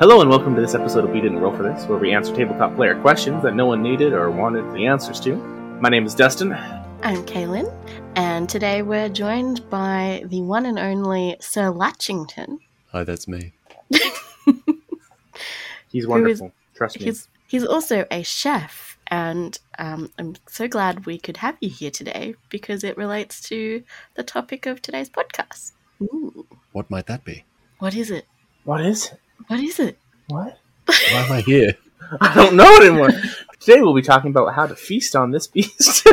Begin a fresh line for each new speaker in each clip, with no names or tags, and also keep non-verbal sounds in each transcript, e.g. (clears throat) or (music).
Hello and welcome to this episode of We Didn't Roll for This, where we answer tabletop player questions that no one needed or wanted the answers to. My name is Dustin.
I'm Kaylin, and today we're joined by the one and only Sir Latchington.
Hi, Oh, that's me.
He's wonderful. Trust me.
He's he's also a chef, and um, I'm so glad we could have you here today because it relates to the topic of today's podcast. Ooh,
What might that be?
what is it?
What is it?
What is it?
(laughs) What?
Why am I (laughs) here?
I don't know anymore. Today we'll be talking about how to feast on this (laughs) beast.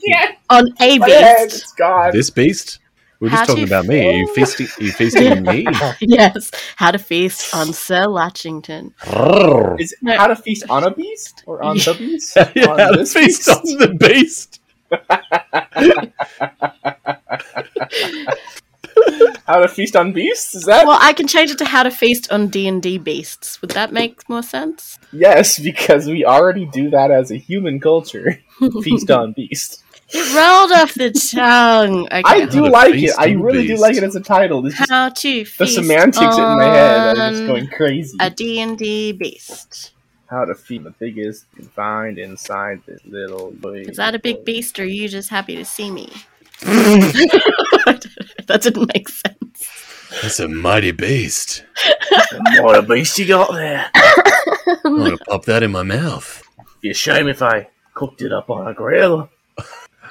Yeah.
On a beast.
God.
This beast? We're just
How do
talking
you
about me. Are you
feel?
feasting? Are you feasting on (laughs) me?
(laughs) Yes, how to feast on Sir Latchington.
Grrr.
Is it how to feast on a beast or on the (laughs) beast?
(laughs) yeah,
On
the
this
feast on the beast.
(laughs) How to feast on beasts? Is that
Well, I can change it to how to feast on D and D beasts. Would that make more sense?
yes? Because we already do that as a human (laughs) culture. feast on beast.
It rolled off (laughs) the tongue. Okay.
I
How
do
to
like it.
feast
I
on
really do
beast.
like it as a title. It's just
how to feast
the semantics in my head are just going crazy.
a D&D beast.
How to feed the biggest confined inside this little.
Is that a big beast or are you just happy to
(laughs)
see me? that didn't make sense.
That's a mighty beast.
What a beast you got there!
I'm (laughs) gonna pop that in my mouth.
Be a shame if I cooked it up on a grill.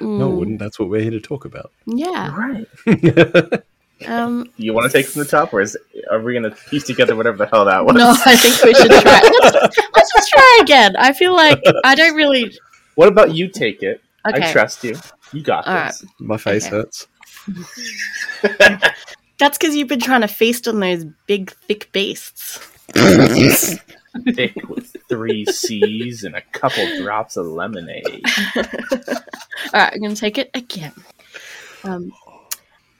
No, it
Mm,
wouldn't. That's what we're here to talk (laughs) about.
Yeah.
Right. (laughs)
Um,
You want to take it from the top, or is are we gonna piece together whatever the hell that was?
no, I think
(laughs)
we should try. Let's just, let's just try again. I feel like I don't really.
What about you take it? I
Okay.
trust you. You got
All
this.
My face
Okay.
(laughs) hurts.
That's because you've been trying to feast on those big, thick beasts.
Thick with three C's and a couple drops of
(laughs)
lemonade.
All right, I'm going to take it again. Um,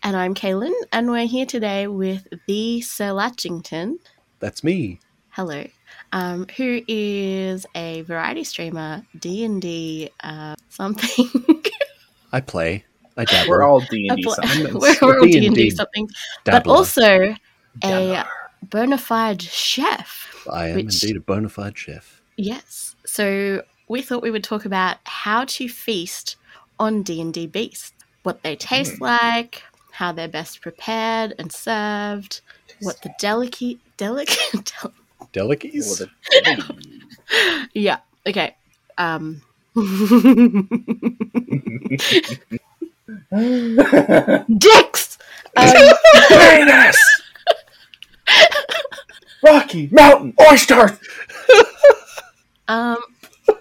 and I'm Kaylin, and we're here today with the Sir Latchington.
That's me.
Hello, um, who is a variety streamer, D and D uh, something. (laughs)
I play. I dabble.
We're all D
A
and D
bl-
something.
(laughs) we're we're all D
D&D
and D something, but
dabbler.
also a bona fide chef.
I am
which-
indeed a bona fide chef.
Yes, so we thought we would talk about how to feast on D and D beasts, what they taste like, how they're best prepared and served, what the delicate delicate. (laughs)
Delicacies.
yeah. Okay. Um. (laughs) (laughs)
(laughs)
Dicks. Um,
Venus! Rocky Mountain Oyster!
um, oh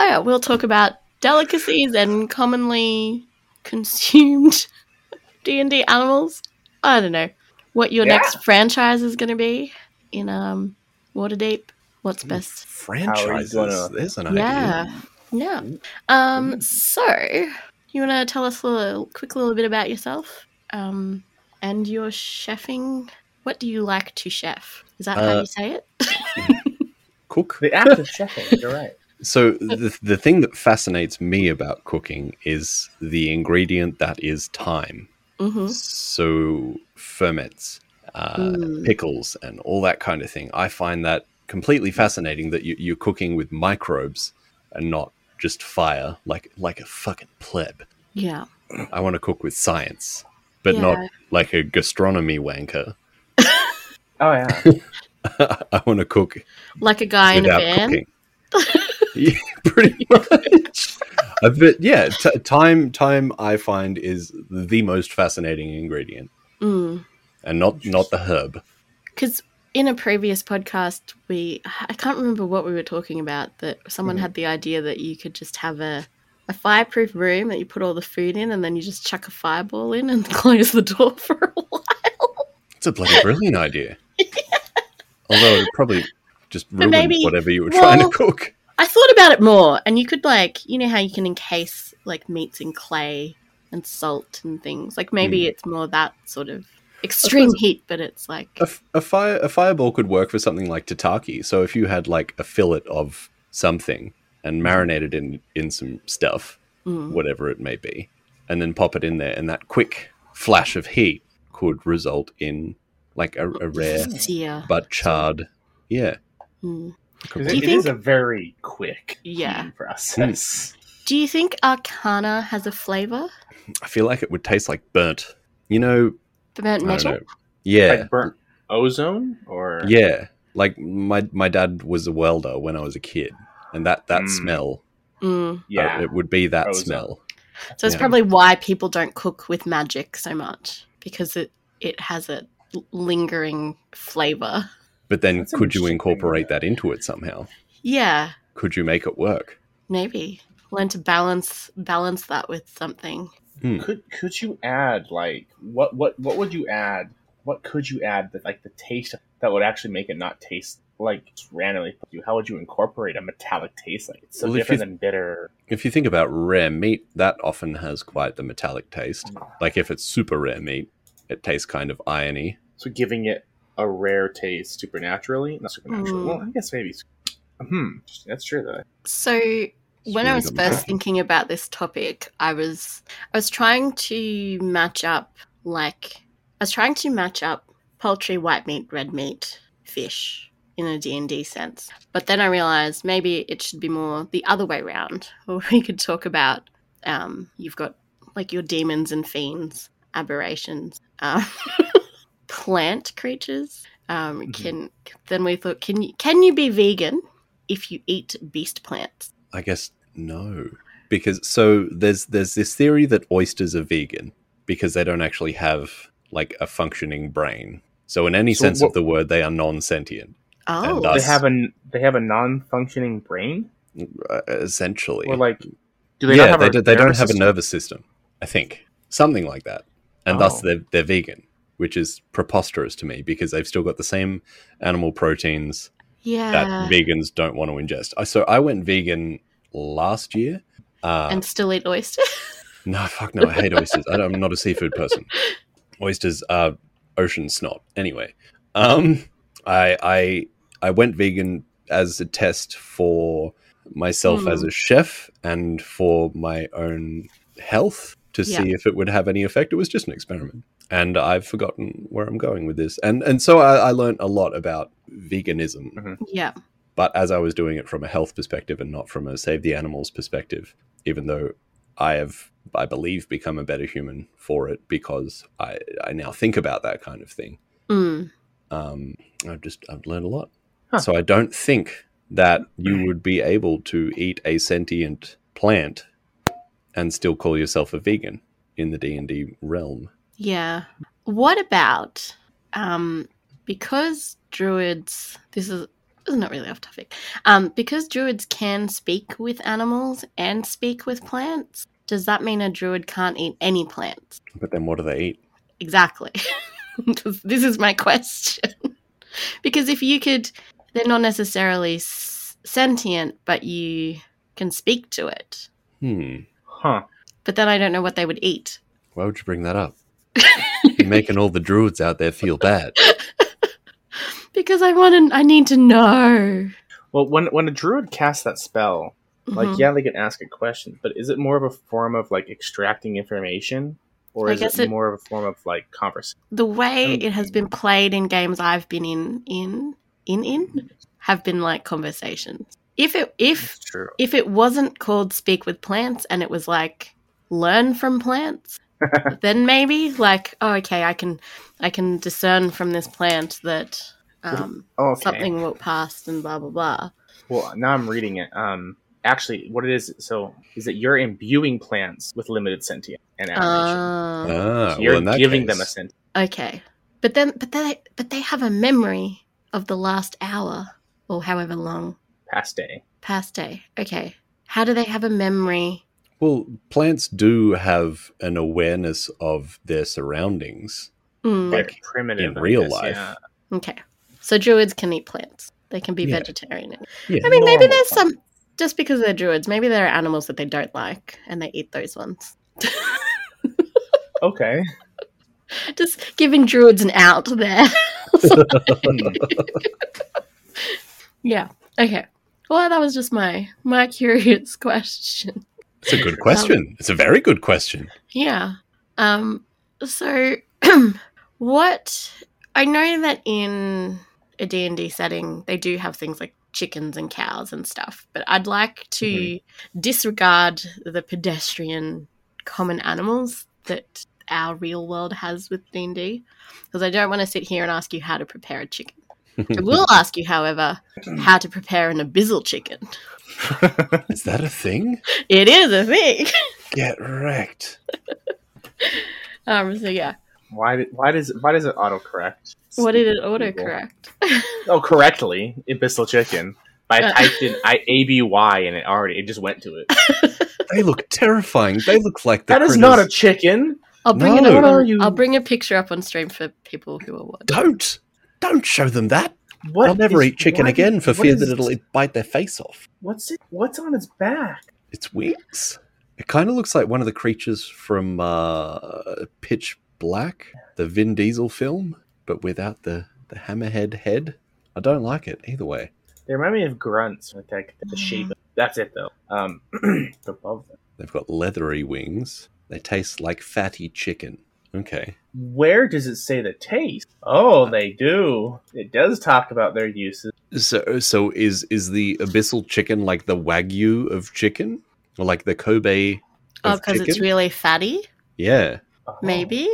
yeah, we'll talk about delicacies and commonly consumed (laughs) D and D animals. I don't know what your
Yeah.
next franchise is going to be in um Waterdeep. What's best?
Franchises.
How are you gonna-
There's an idea.
Yeah, yeah. Um, so you want to tell us a little, quick little bit about yourself, um, and your chefing. What do you like to chef? Is that how
Uh,
you say it?
Cook.
The act of checking, you're right.
So the the thing that fascinates me about cooking is the ingredient that is time.
hmm
So ferments, uh,
Mm.
pickles, and all that kind of thing. I find that completely fascinating that you, you're cooking with microbes and not just fire, like like a fucking pleb.
Yeah.
I want to cook with science, but not
Yeah.
like a gastronomy wanker. (laughs)
Oh, (laughs) yeah.
I want to cook
Like a guy in a
without
van. (laughs)
cooking. yeah, pretty much. Uh, But yeah, t- time time I find is the most fascinating ingredient,
Mm.
and not not the herb.
Because in a previous podcast, we I can't remember what we were talking about. That someone
Mhm.
Mm.
had the idea that you could just have a a fireproof room that you put all the food in, and then you just chuck a fireball in and (laughs) close the door for a while.
It's a bloody brilliant
(laughs)
idea. Although it probably just ruin
maybe-
whatever you were trying
well-
to cook.
I thought about it more, and you could like, you know how you can encase like meats in clay and salt and things. Like maybe
Mm.
it's more that sort of extreme heat, but it's like
A, f- a fire a fireball could work for something like tataki. So if you had like a fillet of something and marinated in in some stuff,
mm,
whatever it may be, and then pop it in there. And that quick flash of heat could result in like a,
(laughs)
a rare
Sear.
but charred. Yeah.
Mm.
Because
Do you
it, it is a
think-
very quick
Yeah.
eating
Hmm.
process.
Do you think Arcana has a flavor?
I feel like it would taste like burnt. You know,
Burnt
I don't
metal?
know. Yeah.
Like burnt ozone or
Yeah. Like my my dad was a welder when I was a kid. And that, that
Mm.
smell,
Mm.
yeah.
uh, it would be that
Frozen.
smell.
So it's
Yeah.
probably why people don't cook with magic so much because it it has a l- lingering flavor.
But then
That's an
could you
interesting thing.
incorporate that into it somehow?
Yeah,
Could you make it work?
maybe learn to balance balance that with something.
could could you add like what what what would you add? What could you add that like the taste that would actually make it not taste like just randomly? You how would you incorporate a metallic taste like it's so
Well, if
different
you-
than bitter?
If you think about rare meat, that often has quite the metallic taste.
Ah.
Like if it's super rare meat, it tastes kind of irony.
So giving it a rare taste supernaturally, not supernatural.
Mm.
Well, I guess maybe. Hmm, that's true though.
So when I was first thinking about this topic, I was I was trying to match up like I was trying to match up poultry, white meat, red meat, fish in a D&D sense. But then I realized maybe it should be more the other way (laughs) round. Or we could talk about um, you've got like your demons and fiends, aberrations, um, (laughs) plant creatures. Um,
Mhm.
can then we thought can you can you be vegan if you eat beast plants?
I guess no. Because so there's there's this theory that oysters are vegan because they don't actually have like a functioning brain. So in any
So
sense
what-
of the word, they are non-sentient,
Oh,
us.
They have a they have a non-functioning brain,
uh, essentially.
or like do they
yeah,
not have
they,
a
do- they don't
nervous
have
system?
a nervous system. I think something like that, and
Oh.
thus they're they're vegan, which is preposterous to me because they've still got the same animal proteins that
yeah,
vegans don't want to ingest. I- So I went vegan last year. Uh,
and still eat oysters. (laughs)
no, fuck no, I hate oysters. I don't, I'm not a seafood person. Oysters are ocean snot. Anyway, um, I I I went vegan as a test for myself
Hmm.
as a chef and for my own health to
Yeah.
see if it would have any effect. It was just an experiment, and I've forgotten where I'm going with this. And and so I, I learned a lot about veganism
yeah,
but as I was doing it from a health perspective and not from a save the animals perspective, even though I have, I believe, become a better human for it because I, I now think about that kind of thing.
mm.
Um, I've just I've learned a lot,
Huh.
so I don't think that you would be able to eat a sentient plant and still call yourself a vegan in the D and D realm.
yeah. What about um because druids? This is this is not really off topic. Um, because druids can speak with animals and speak with plants. Does that mean a druid can't eat any plants?
But then what do they eat?
Exactly. (laughs) this this is my question. (laughs) because if you could, they're not necessarily s- sentient, but you can speak to it.
Hmm.
Huh.
But then I don't know what they would eat.
Why would you bring that up? You're making all the druids out there feel bad.
Because I want to, I need to know.
Well, when when a druid casts that spell, like
Mhm.
yeah, they can ask a question, but is it more of a form of like extracting information, or
I
is
guess
it,
it-
more of a form of like conversation?
the way
Um,
it has been played in games I've been in, in, in, in, have been like conversations. If it, if
true.
if it wasn't called Speak with Plants and it was like learn from plants, then maybe like oh okay, I can, I can discern from this plant that um,
Oh, okay.
something walked past and blah blah blah.
Well, now I'm reading it. Um, actually, what it is, so is that you're imbuing plants with limited sentience and animation.
Ah.
Ah,
So you're
well, in that
giving
case,
them a sentence.
Okay. But then but they but they have a memory of the last hour or however long
Past day.
past day. Okay. How do they have a memory?
Well, plants do have an awareness of their surroundings.
Mm,
Very primitive
in
I
real
guess,
life.
yeah.
okay. So druids can eat plants. They can be
Yeah.
vegetarian.
Yeah.
I mean maybe
Normal
there's
plants.
some just because they're druids, maybe there are animals that they don't like and they eat those ones.
(laughs)
(laughs)
Okay.
Just giving druids an out there.
Hmm.
(laughs) yeah. Okay. Well, that was just my my (laughs) curious question.
It's a
(laughs)
good
Um,
question. It's a very good question.
Yeah. Um so (clears throat) what I know that in a D&D setting, they do have things like chickens and cows and stuff, but I'd like to disregard the pedestrian common animals that our real world has with D&D because I don't want to sit here and ask you how to prepare a chicken.
(laughs) Mm-hmm.
I will ask you, however, how to prepare an abyssal chicken.
Is that a thing?
It is a thing. (laughs)
Get wrecked.
Um, so yeah,
Why? did- Why does? Why does it autocorrect?
what did it
Stupid people.
autocorrect?
Oh, correctly, abyssal chicken. But I
Uh.
typed in I A B Y and it already it just went to it.
They look terrifying. They look like the
that is
critters-
not a chicken.
I'll bring it
No.
up.
What are
on-
you-
I'll bring a picture up on stream for people who are watching.
Don't don't show them that.
What
I'll never
is-
eat chicken
why-
again for
what
fear
is-
that it'll bite their face off.
What's it? What's on its back?
It's wings. It kind of looks like one of the creatures from uh, Pitch Black, the Vin Diesel film, but without the, the hammerhead head. I don't like it either way.
They remind me of grunts. Like that, the shape. That's it though. Um, (clears throat) above them.
They've got leathery wings. They taste like fatty chicken. Okay.
Where does it say the taste? Oh, they do. It does talk about their uses.
So so is is the abyssal chicken like the wagyu of chicken, or like the Kobe?
Oh,
Of
because it's
chicken?
really fatty.
Yeah.
Oh.
Maybe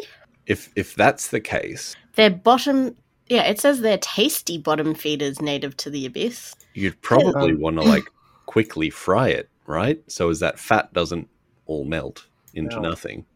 If if that's the case,
their bottom. Yeah, it says they're tasty bottom feeders native to the abyss.
You'd probably
Um,
want to like quickly fry it, right? So as that fat doesn't all melt into
No.
nothing.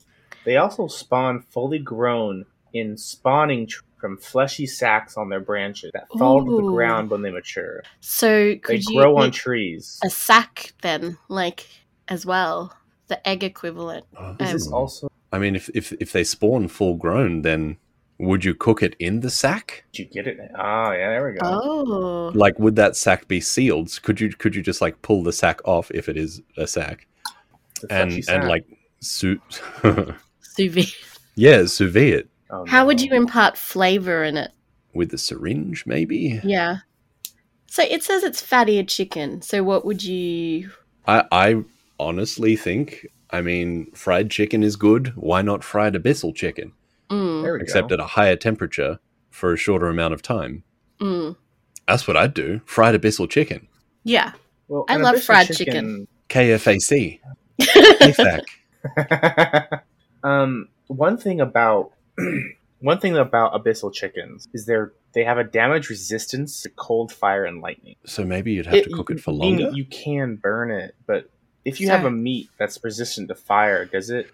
They also spawn fully grown in spawning tr- from fleshy sacs on their branches that fall to the
Ooh.
ground when they mature.
So
They
could you
grow on
make
trees.
a sack then, like as well, the egg equivalent?
Is this
Oh.
also?
I mean, if, if if they spawn full grown, then would you cook it in the sack?
Did you get it? Ah, yeah, there we go.
Oh,
Like, would that sack be sealed? Could you could you just like pull the sack off if it is a sack
It's a
and
fleshy
and
sac.
like sous
sous vide.
(laughs) yeah sous vide it
Oh,
How would
no.
you impart flavor in it?
with the syringe maybe?
Yeah. So it says it's fattier chicken. So what would you?
I, I honestly think, I mean, fried chicken is good. Why not fried abyssal chicken?
Mm,
There we
Except
go.
at a higher temperature for a shorter amount of time.
mm.
That's what I'd do. Fried abyssal chicken.
(laughs)
Yeah. (laughs)
Well,
I
an
love
abyssal
fried
KFAC.
(laughs)
KFAC.
um, one thing about (clears throat) one thing about abyssal chickens is they're they have a damage resistance to cold, fire, and lightning.
So maybe you'd have to cook it for
meaning
longer.
You can burn it, but if you have a
Sorry.
meat that's resistant to fire, does it?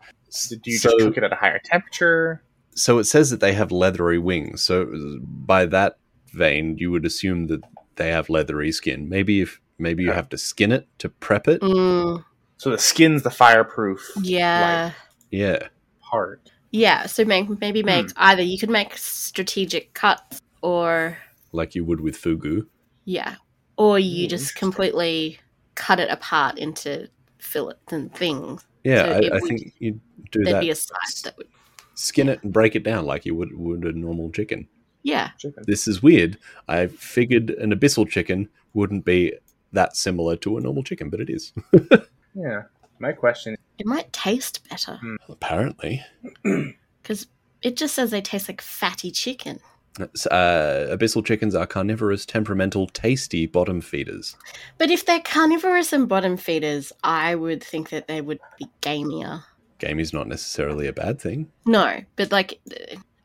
Do you
so,
just cook it at a higher temperature?
so it says that they have leathery wings. So by that vein, you would assume that they have leathery skin. Maybe if maybe you
Yeah.
have to skin it to prep it.
Mm,
So the skin's the fireproof
yeah.
Yeah.
part.
Yeah. So make, maybe make either you could make strategic cuts or
Like you would with fugu.
yeah, or you
Ooh,
just
interesting.
completely cut it apart into fillets and things.
Yeah,
So it
I, I
would-
think you'd do
There'd
that.
be a side that would.
skin it and break it down like you would would a normal chicken.
Yeah.
Chicken.
This is weird. I figured an abyssal chicken wouldn't be that similar to a normal chicken, but it is. (laughs)
Yeah. My question.
It might taste better
Apparently,
because it just says they taste like fatty chicken.
That's, uh, abyssal chickens are carnivorous, temperamental, tasty bottom feeders.
But if they're carnivorous and bottom feeders, I would think that they would be gamier.
Game is not necessarily a bad thing.
No, but like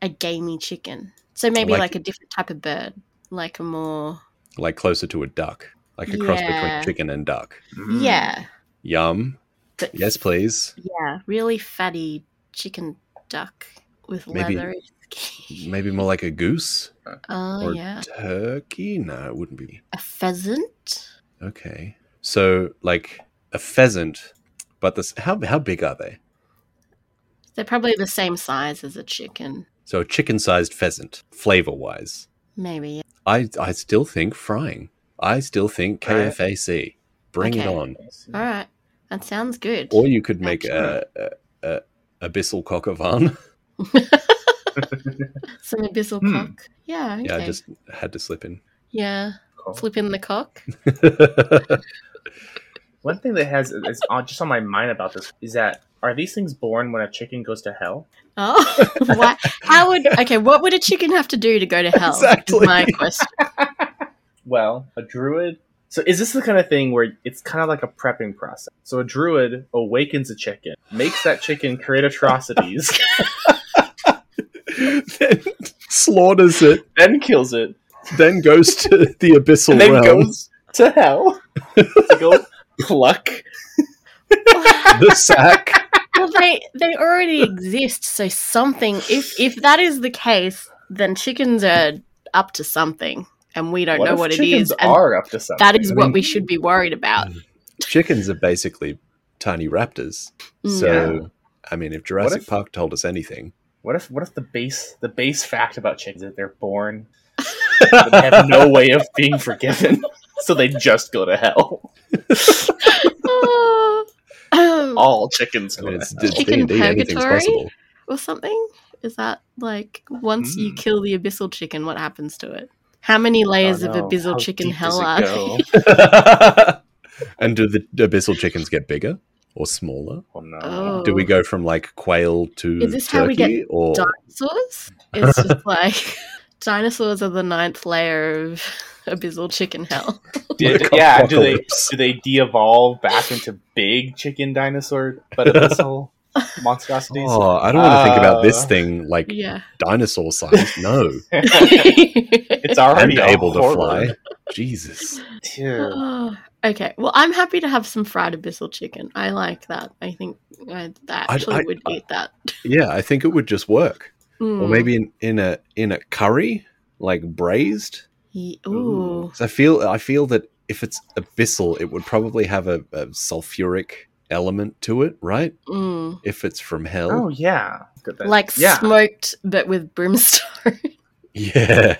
a gamey chicken. So maybe
Like-
like, a different type of bird, like a more
Like closer to a duck, like a cross between
Yeah.
chicken and duck.
Mm.
yeah,
Yum.
But-
Yes, please.
yeah, really fatty chicken duck with
Maybe-
leathery (laughs) skin.
Maybe more like a goose
Oh
or
yeah,
turkey. No, it wouldn't be.
a pheasant.
Okay. So like a pheasant, but this how how big are they?
They're probably the same size as a chicken.
So a chicken-sized pheasant, flavor-wise.
Maybe
I I still think frying. I still think
Right.
KFAC. Bring it
Okay.
on.
Mm.
all right. That sounds good.
Or you could make a, a, a abyssal coq au vin. (laughs)
Some abyssal
Hmm.
cock. Yeah. Okay.
Yeah, I just Oh. had to slip in. (laughs)
yeah.
Cool.
Flip in the cock.
One thing that has is on, just on my mind about this is that Are these things born when a chicken goes to hell?
Oh, (laughs) why? How would okay? What would a chicken have to do to
(laughs)
go to hell? is
Exactly.
my
(laughs)
question.
Well, a druid. So is this the kind of thing where it's kind of like a prepping process? So a druid awakens a chicken, makes that chicken create atrocities, (laughs)
(laughs) then slaughters it,
then kills it,
then goes to the abyssal
and then
realm.
goes to hell to (laughs) go pluck.
(laughs) the sack.
Well, they they already exist, so something. If if that is the case, then chickens are up to something, and we don't know
if
what it
chickens
is. And
Are up to something.
that is
I
what
mean-
we should be worried about.
(laughs)
Chickens are basically tiny raptors.
Mm.
So,
Yeah.
I mean, if Jurassic
if-
Park told us anything,
What if what if the base the base fact about chickens is that they're born but they have no way of being forgiven, (laughs) so they just go to hell.
Oh. Um,
All chickens
I
go
mean,
to
it's,
hell.
it's
Chicken
D&D, anything's
purgatory?
possible.
or something? Is that like once you
Mm.
kill the abyssal chicken, what happens to it? How many layers
Oh,
of
no.
abyssal
How
chicken
deep
hell
does it
are
go?
there?
and do the abyssal chickens get bigger or smaller?
Oh no!
Oh.
Do we go from like quail to
Is this
turkey
how we get
(laughs)
or (laughs)
dinosaurs? It's just like (laughs) dinosaurs are the ninth layer of (laughs) abyssal chicken
(laughs)
hell.
Did-
Like
yeah, do they
apocalypse.
do they de-evolve back into big chicken dinosaur but abyssal monstrosities?
Oh, I don't want to think about this
Uh,
thing like
Yeah.
dinosaur size. No,
(laughs) it's already
and able to fly.
horror.
Jesus.
Dude,
Oh, (sighs) okay. Well, I'm happy to have some fried abyssal chicken. I like that. I think I, I
I-
actually
I-
would eat that.
Yeah, I think it would just work. Or
Mm.
uh, maybe in, in a in a curry, like braised.
Ye-
Ooh.
Ooh.
'Cause I feel I feel that if it's abyssal, it would probably have a, a sulfuric element to it, right?
Mm.
If it's from hell.
oh yeah, Good thing.
Like
yeah.
smoked, but with brimstone.
(laughs) Yeah.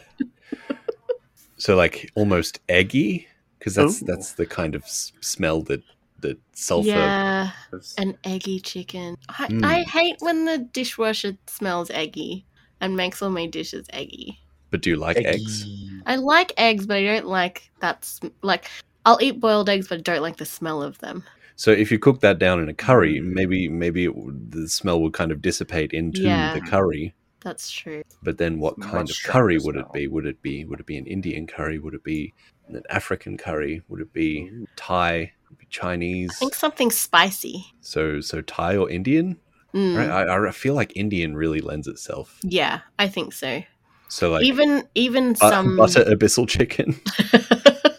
so like almost eggy because that's
Ooh.
that's the kind of s- smell that that sulfur.
(laughs) Yeah. An eggy chicken. I,
Mm.
I hate when the dishwasher smells eggy and makes all my dishes eggy.
But do you like eggs?
Eggy.
I like eggs, but I don't like that. Sm- like, I'll eat boiled eggs, but I don't like the smell of them.
So if you cook that down in a curry,
Mm.
maybe maybe it, would- the smell would kind of dissipate into
Yeah.
the curry.
That's true.
But then, what
Much
kind of
stronger
curry would
smell.
it be? Would it be would it be an Indian curry? Would it be an African curry? Would it be
Mm-hmm.
Mm-hmm.
Thai? Would it be
I
Chinese?
think something spicy.
So so Thai or Indian?
Mm.
Right? I, I feel like Indian really lends itself.
Yeah, I think so.
So like uh,
even even
bu-
some
butter abyssal chicken.
(laughs)
(laughs)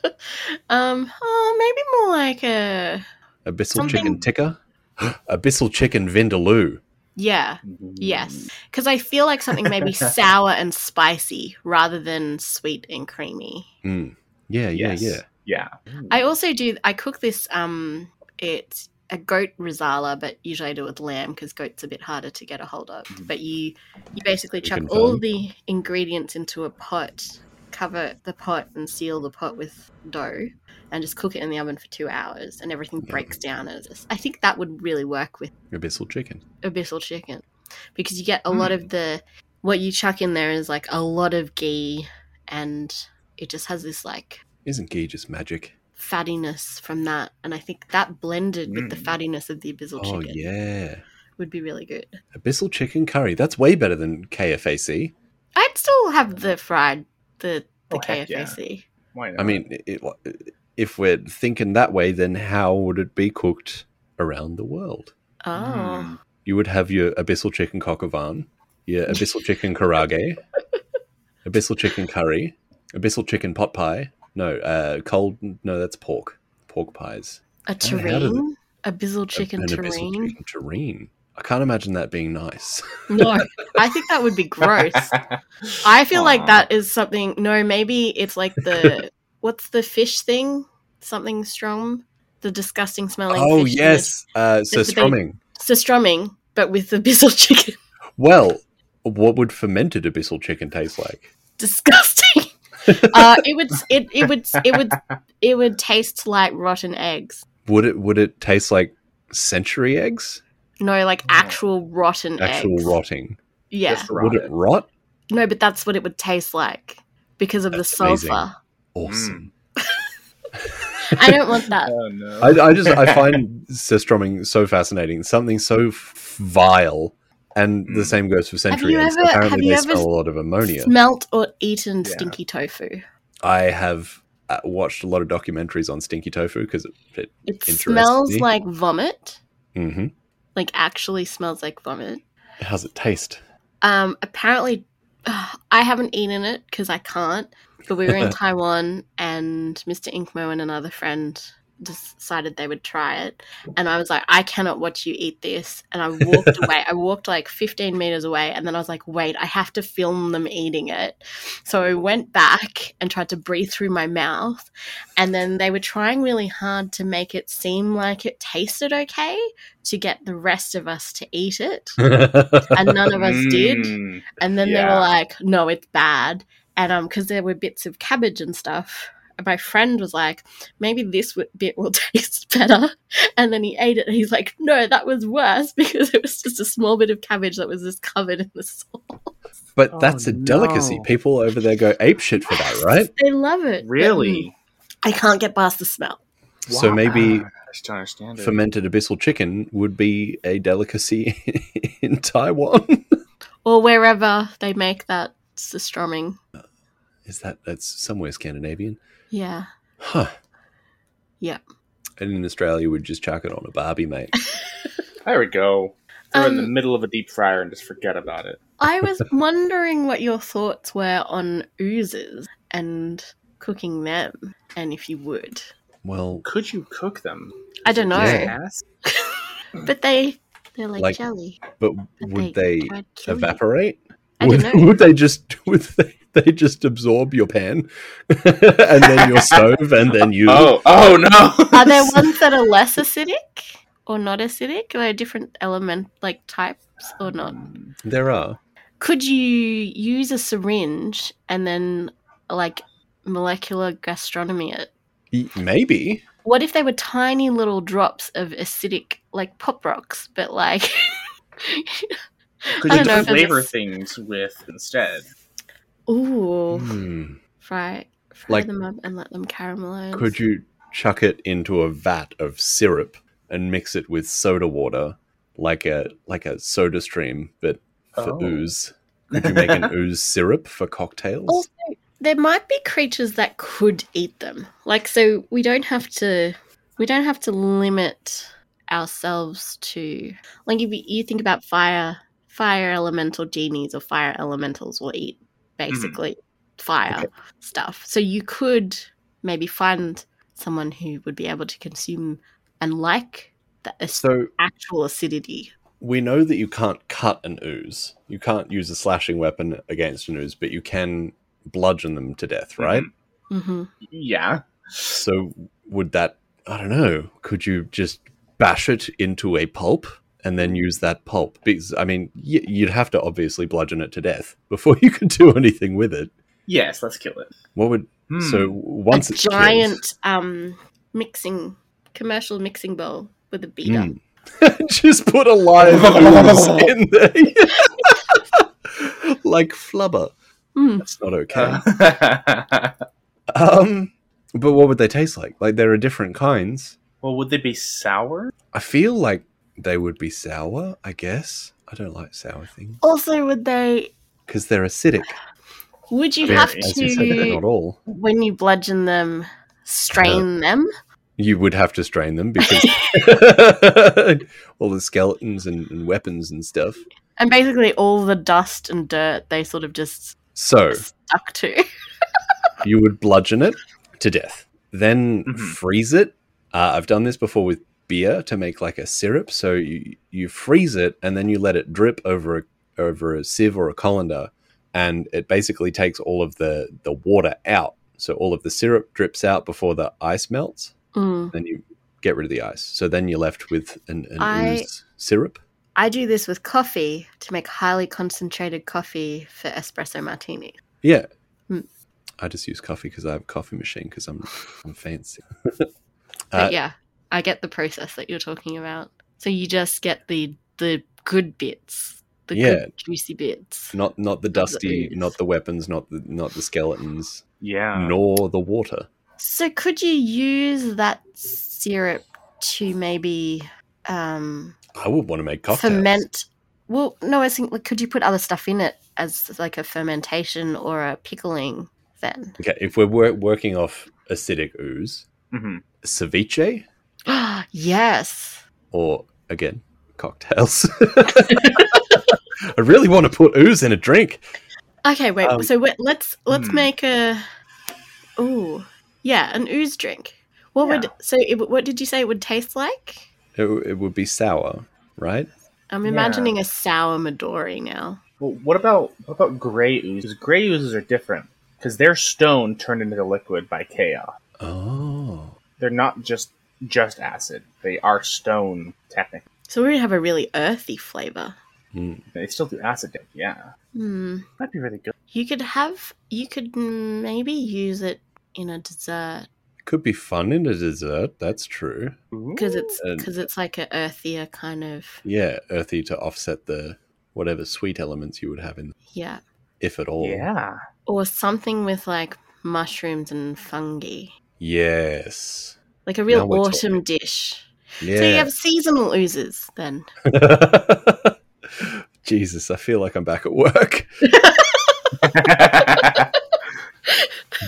um, oh, maybe more like a
Abyssal
Something-
chicken ticker? (gasps) Abyssal chicken vindaloo.
yeah, yes, because I feel like something maybe sour and spicy rather than sweet and creamy.
Mm. Yeah, yeah,
Yes.
yeah.
Yeah.
I also do. I cook this. Um, it's a goat risala, but usually I do it with lamb because goat's a bit harder to get a hold of.
Mhm.
But you you basically
We
chuck
Mm. can
all
find.
the ingredients into a pot, cover the pot, and seal the pot with dough, and just cook it in the oven for two hours, and everything
Yeah.
breaks down as this. I think that would really work with
Abyssal chicken.
abyssal chicken because you get a
Hmm.
lot of the what you chuck in there is like a lot of ghee, and it just has this like
Isn't ghee just magic?
fattiness from that, and I think that blended with the
Mm.
fattiness of the abyssal
Oh,
chicken
yeah.
would be really good.
Abyssal chicken curry. That's way better than KFAC.
I'd still have the fried the the
Oh, heck yeah.
KFC.
Why not?
I mean, it, if we're thinking that way, then how would it be cooked around the world?
Mm.
Oh,
You would have your abyssal chicken coq au vin, your abyssal chicken
(laughs)
karage, abyssal chicken curry, abyssal chicken pot pie. No, uh, cold. No, that's pork. Pork pies.
a
I haven't had it.
terrine, abyssal chicken
an abyssal
terrine.
chicken terrine. I can't imagine that being nice.
No, I think that would be
(laughs)
gross.
(laughs)
I feel like that is something. No, maybe it's like the
(laughs)
what's the fish thing? Something strong. The disgusting smelling.
oh
fish
yes, uh, so
But they-
strumming.
so strumming, but with abyssal (laughs) chicken.
Well, what would fermented abyssal chicken taste like? (laughs)
disgusting. uh, it would it, it would it would it would taste like rotten eggs.
Would it would it taste like century eggs?
No, like
Oh.
actual rotten
Actual
eggs.
rotting.
yeah.
Just
Would
rotted.
it rot?
No, but that's what it would taste like because of
That's
the sulfur.
amazing. Awesome.
I don't want that.
(laughs)
Oh, no.
I, I just I find sestromming so fascinating. Something so f- vile, and the
Mm.
same goes for
Have you
centuries.
ever- have
Apparently,
you
they
ever
smell a lot of ammonia.
Smelt or eaten
Yeah.
stinky tofu.
I have uh, watched a lot of documentaries on stinky tofu because it. it
It
Interesting.
smells like vomit.
hmm
Like actually smells like vomit.
How's it taste?
Um, apparently, (sighs) I haven't eaten it because I can't. But we were in Taiwan, and Mr. Inkmo and another friend decided they would try it, and I was like, I cannot watch you eat this, and I walked away. I walked like 15 meters away, and then I was like, wait, I have to film them eating it. So I went back and tried to breathe through my mouth, and then they were trying really hard to make it seem like it tasted okay to get the rest of us to eat it, and none of us did
Mm.
and then they
Yeah.
were like, "No, it's bad," and um, because there were bits of cabbage and stuff. And My friend was like, "Maybe this w- bit will (laughs) taste better," and then he ate it, and he's like, "No, that was worse (laughs) because it was just a small bit of cabbage that was just covered in the salt."
but
Oh,
that's a delicacy.
no.
People over there go ape shit for that,
(laughs)
right?
They love it. but, mm,
Really?
I can't get past the smell.
So
Wow.
maybe
I just don't understand it.
Fermented abyssal chicken would be a delicacy (laughs) in Taiwan.
Or wherever they make that stromming.
Is that that's somewhere Scandinavian?
Yeah.
Huh.
Yeah.
And in Australia, we'd just chuck it on a Barbie, mate.
There we go. They're in the
Um,
middle of a deep fryer and just forget about it.
I was wondering what your thoughts were on oozes and cooking them, and if you would.
Well,
Could you cook them?
I don't know.
Yeah.
Yes.
But they they're like,
Like,
jelly.
but
but
would they
try to kill you.
evaporate?
I
would,
don't know.
(laughs) would they just would they, they just absorb your pan (laughs) and then your stove and then you?
Oh, oh no!
Are
(laughs)
there ones that are less acidic or not acidic? Are there different element like types or not?
There are.
Could you use a syringe and then like molecular gastronomy it?
Y- Maybe.
What if they were tiny little drops of acidic like pop rocks, but like (laughs)
Could
I
you
don't know if
flavor
it's-
things with instead?
ooh
Hmm.
fry fry
Like-
them up and let them caramelize?
Could you chuck it into a vat of syrup and mix it with soda water, like a like a soda stream, but for
Oh.
ooze? Could you make (laughs) an ooze syrup for cocktails?
Also, there might be creatures that could eat them. Like, so we don't have to, we don't have to limit ourselves to, like, if you, you think about fire, fire elemental genies or fire elementals will eat basically fire
Okay.
stuff. So you could maybe find someone who would be able to consume and like the ac-
So
actual acidity.
we know that you can't cut an ooze. You can't use a slashing weapon against an ooze, but you can bludgeon them to death, right?
hmm
Yeah.
So would that I don't know, could you just bash it into a pulp and then use that pulp? Because I mean, y- you'd have to obviously bludgeon it to death before (laughs) you could do anything with it.
Yes. Let's kill it.
What would
Hmm.
so once
a
it's killed-
giant um, mixing commercial mixing bowl with a beater.
Hmm. (laughs) just put a live ooze in there. (laughs) like flubber.
Hmm.
That's not okay.
Uh,
Um, but what would they taste like? Like there are different kinds.
(laughs) well, would they be sour?
I feel like they would be sour. I guess I don't like sour things
Also, would they?
because they're acidic.
Would you
Very.
have
As you said, they're not
to
all.
when you bludgeon them, strain them?
You would have to strain them because (laughs) all the skeletons and, and weapons and stuff.
And basically, all the dust and dirt they sort of just
So
stuck to. (laughs)
you would bludgeon it to death, then
Mhm.
freeze it. Uh, I've done this before with beer to make like a syrup. So you you freeze it and then you let it drip over a, over a sieve or a colander, and it basically takes all of the the water out. So all of the syrup drips out before the ice melts.
Mm.
Then you get rid of the ice. So then you're left with an, an
I-
ooze syrup.
I do this with coffee to make highly concentrated coffee for espresso martinis.
Yeah.
Mm.
I just use coffee because I have a coffee machine because I'm, I'm fancy.
But
Uh,
yeah, I get the process that you're talking about. So you just get the the good bits, the
Yeah.
good juicy bits.
not not the
Not the
dusty,
ooze.
not the weapons, not the not the skeletons,
Yeah.
nor the water.
So could you use that syrup to maybe um,
I would want to make cocktails.
ferment? Well, no, I think like, could you put other stuff in it as like a fermentation or a pickling?
(gasps)
Then
Okay, if we're wor- working off acidic ooze,
hmm
ceviche
yes,
or again cocktails. (laughs) I really want to put ooze in a drink.
Okay, wait.
Um,
so wait, let's let's
hmm.
make a. Ooh, yeah, an ooze drink. What would so? It, would- what did you say it would taste like?
It, w- it would be sour, right?
I'm
Yeah.
imagining a sour Midori now.
Well, what about what about gray oozes? 'Cause Gray oozes are different because they're stone turned into liquid by chaos.
Oh,
They're not just just acid; they are stone. Technically,
So we would have a really earthy flavor.
they still do acid. damage, Yeah,
Hmm.
that'd be really good.
You could have. You could maybe use it in a dessert
could be fun in a dessert. That's true.
because it's
And-
because it's like a earthier kind of
Yeah, earthy to offset the whatever sweet elements you would have in,
yeah,
if at all. (laughs)
yeah.
or something with like mushrooms and fungi,
Yes.
like a
Now
real
we're
autumn dish.
Yeah.
So you have seasonal oozes then.
(laughs) Jesus, I feel like I'm back at work. (laughs)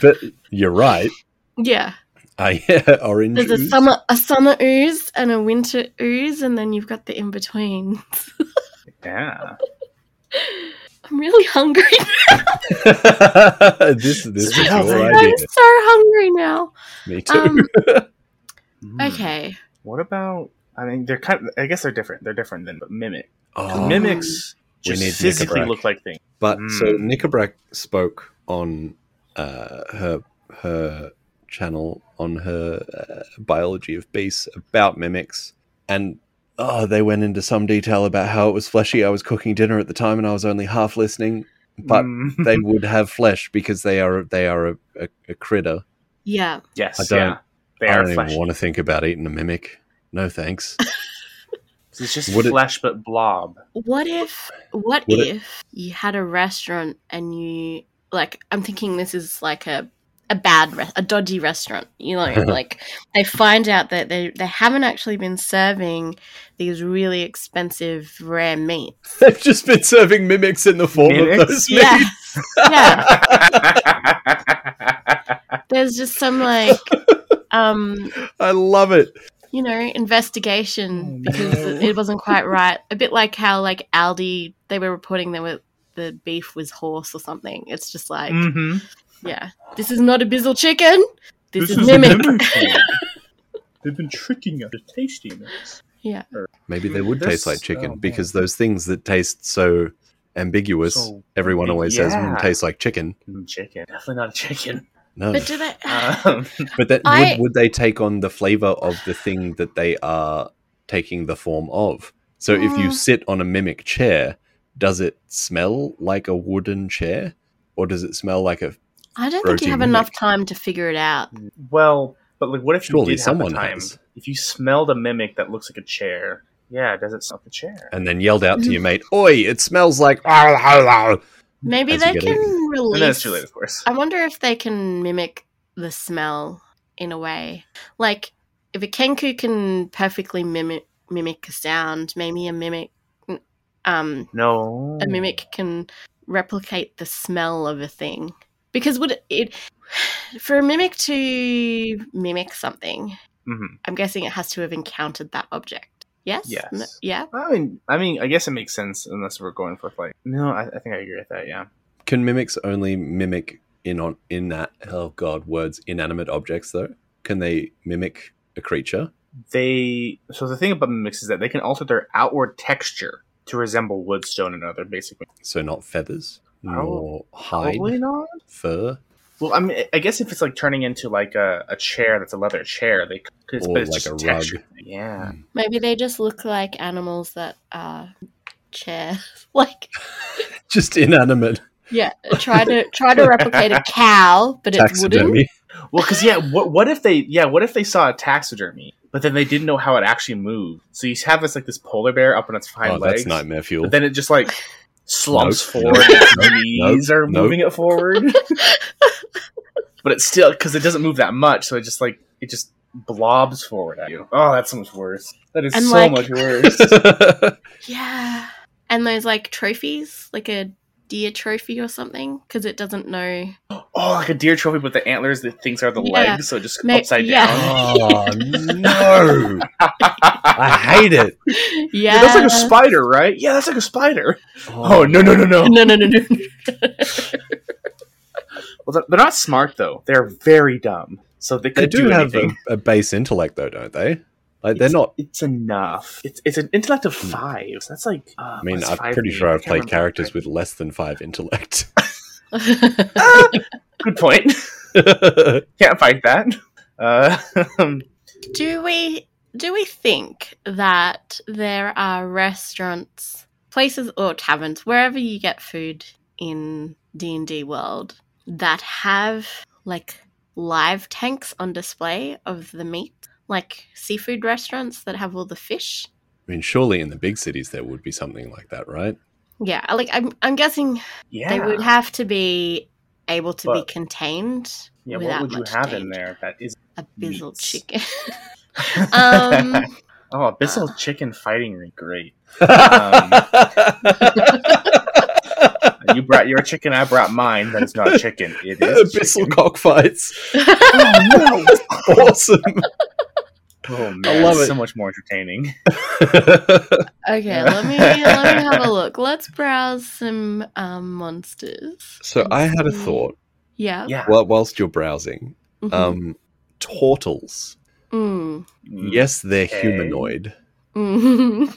But you're right.
Yeah.
I yeah, orange.
There's a
ooze.
summer a summer ooze and a winter ooze, and then you've got the in between.
yeah.
(laughs) I'm really hungry.
(laughs) this this is
Sounds
your
like-
(laughs) I'm
idea.
so hungry now.
(laughs) Me too.
Um,
Hmm.
okay.
What about? I mean, they're kind. Of, I guess they're different. They're different than mimic.
Oh,
Mim-
Mimics
We
just
need
physically
Nickelback.
look like things.
but so
Mm.
Nickelback spoke on uh, her her channel on her uh, biology of beasts about mimics, and oh, they went into some detail about how it was fleshy. I was cooking dinner at the time, and I was only half listening. But
Mm.
they would have flesh because they are they are a, a, a critter.
Yeah.
(laughs) yes,
I don't-
yeah, they
I
are
don't
flesh.
even want to think about eating a mimic. No thanks. (laughs)
It's just
Would it-
flesh, but blob.
What if what
Would it-
if you had a restaurant and you like I'm thinking this is like a a bad re- a dodgy restaurant, you know, like they find out that they they haven't actually been serving these really expensive rare meats.
They've just been serving mimics in the form of
Mimics?
those
Yeah.
meats.
Yeah.
(laughs)
There's just some like um
I love it.
you know investigation
Oh,
because it,
no.
it wasn't quite right a bit like how like aldi they were reporting there were the beef was horse or something it's just like
Mhm.
yeah this is not a bizzle chicken this, is, mimic (laughs)
They've been tricking us to tasting this.
Maybe they would
This-
taste like chicken
oh, man.
because those things that taste so ambiguous,
So-
everyone always says mm,
Yeah.
tastes like chicken.
Chicken, definitely not a chicken.
No,
but
but,
do they (sighs)
Um,
that
I-
would, would they take on the flavor of the thing that they are taking the form of? So if you
Mm.
sit on a mimic chair, does it smell like a wooden chair, or does it smell like a?
i don't think you
Protein
have enough
mimic. time
time to figure it out
well, but like, what if
Surely
you did have the
someone
time?
has.
If you smelled a mimic that looks like a chair, yeah, does it smell like a chair?
And then yelled out to
Mm-hmm.
your mate, "Oi! It smells like." Maybe
maybe
As you
they
get
can
And then it's
release
too late, of course.
i wonder if they can mimic the smell in a way like if a kenku can perfectly mimic mimic a sound maybe a mimic um
No,
a mimic can replicate the smell of a thing because would it, it (sighs) for a mimic to mimic something
Mhm.
i'm guessing it has to have encountered that object yes
Yes.
No- yeah
I mean, I mean, I guess it makes sense unless we're going for like. No, I, I think I agree with that. Yeah.
Can mimics only mimic in on in that oh god words inanimate objects though? Can they mimic a creature?
they so the thing about mimics is that they can alter their outward texture to resemble wood, stone, and other basic.
So not feathers,
Prob-
nor hide,
Probably not.
fur, (laughs)
Well, I mean, I guess if it's like turning into like a, a chair that's a leather chair, they could,
Or
but it's
like
just
a
a
rug.
texture. thing. Yeah,
maybe they just look like animals that are chair (laughs) like
just inanimate
yeah try to try to replicate
(laughs)
a cow but it's wooden
taxidermy.
well, because yeah, what what if they yeah what if they saw a taxidermy, but then they didn't know how it actually moved? So you have this like this polar bear up on its hind
Oh,
legs,
that's nightmare fuel.
but
(laughs)
then it just like slumps
Nope,
forward.
(laughs) nope,
and its knees are
nope.
moving it forward. (laughs) but it's still because it doesn't move that much, so it just like it just blobs forward at you. Oh, that's so much worse. That is
And,
so
like-
much
(laughs)
worse.
Yeah. And those like trophies, like a deer trophy or something, because it doesn't know.
oh, like a deer trophy, but the antlers, the things are the
Yeah.
legs, so just
Ma-
upside
yeah.
(laughs) oh no!
down.
I hate it.
Yeah.
(laughs) Yeah, that's like a spider, right? Yeah, that's like a spider. Oh, no, no, no, no.
(laughs) No, no, no, no.
Well, they're- they're not smart though. They're very dumb, so they could
They do have a,
anything.
a base intellect, though, don't they? Like Uh, they're not. Hmm.
It's enough. It's it's an intellect of five. So that's like. Uh,
I mean,
what's
I'm
five
pretty
mean?
sure
I
I've
can't
played
remember.
characters with (laughs) less than five intellect.
(laughs) Ah, good point. (laughs)
I
Can't fight that. (laughs) Uh,
do we do we think that there are restaurants, places, or taverns wherever you get food in D and D world that have like live tanks on display of the meat, like seafood restaurants that have all the fish?
mean, surely in the big cities there would be something like that, right?
Yeah, like I'm, I'm guessing
yeah.
they would have to be able to
But-
be contained.
yeah. What
without
would you
much
have in
change.
there that is?
A bizzled
Meats.
chicken. (laughs)
(laughs)
um, uh,
oh, abyssal chicken fighting ring. Great. Um,
(laughs)
Uh, You brought your chicken. I brought mine. That is not a chicken. It is a
(laughs) Abyssal
chicken.
cockfights.
Oh, no.
Awesome.
(laughs)
(laughs)
Oh, man,
love it.
So much more entertaining.
okay, let me let me have
(laughs)
a look. Let's browse some um, monsters.
so
and
I had a
Mm.
see-
thought
Yeah.
Yeah.
while whilst you're browsing.
mhm.
Um, turtles.
Mm,
Mm-hmm. Mm.
Yes, they're
Okay.
humanoid,
mhm.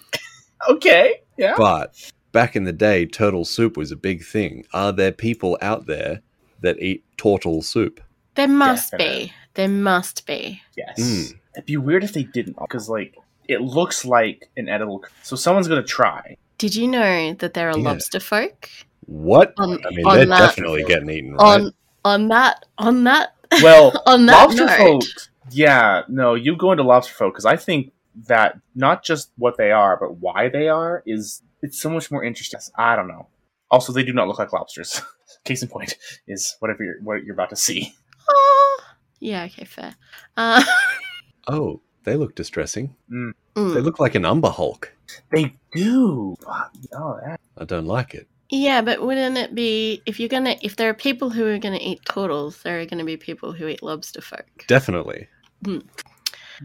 Okay. Yeah.
but back in the day, turtle soup was a big thing. Are there people out there that eat turtle soup?
(laughs) there must
Definite.
be. There must be.
Yes.
Mm.
It'd be weird if they didn't, because like it looks like an edible. So someone's gonna (laughs) try.
Did you know that there are
Yeah. Oh
lobster folk
What?
on
I mean,
on
they're
that
definitely getting eaten, right?
on on that on that
Well,
on that
lobster
note?
folk. Yeah. No, you go into lobster folk because I think that not just what they are, but why they are is it's so much more interesting. I don't know. Also, they do not look like lobsters. (laughs) Case in point is whatever you're what you're about to see.
Aw. (laughs) Yeah. Okay. Fair. Uh, (laughs)
oh, they look distressing.
mm.
Hmm.
They look like an umber hulk.
They do. Fuck, Oh, that.
I don't like it.
Yeah, but wouldn't it be if you're gonna if there are people who are gonna eat turtles, there are gonna be people who eat lobster folk.
Definitely.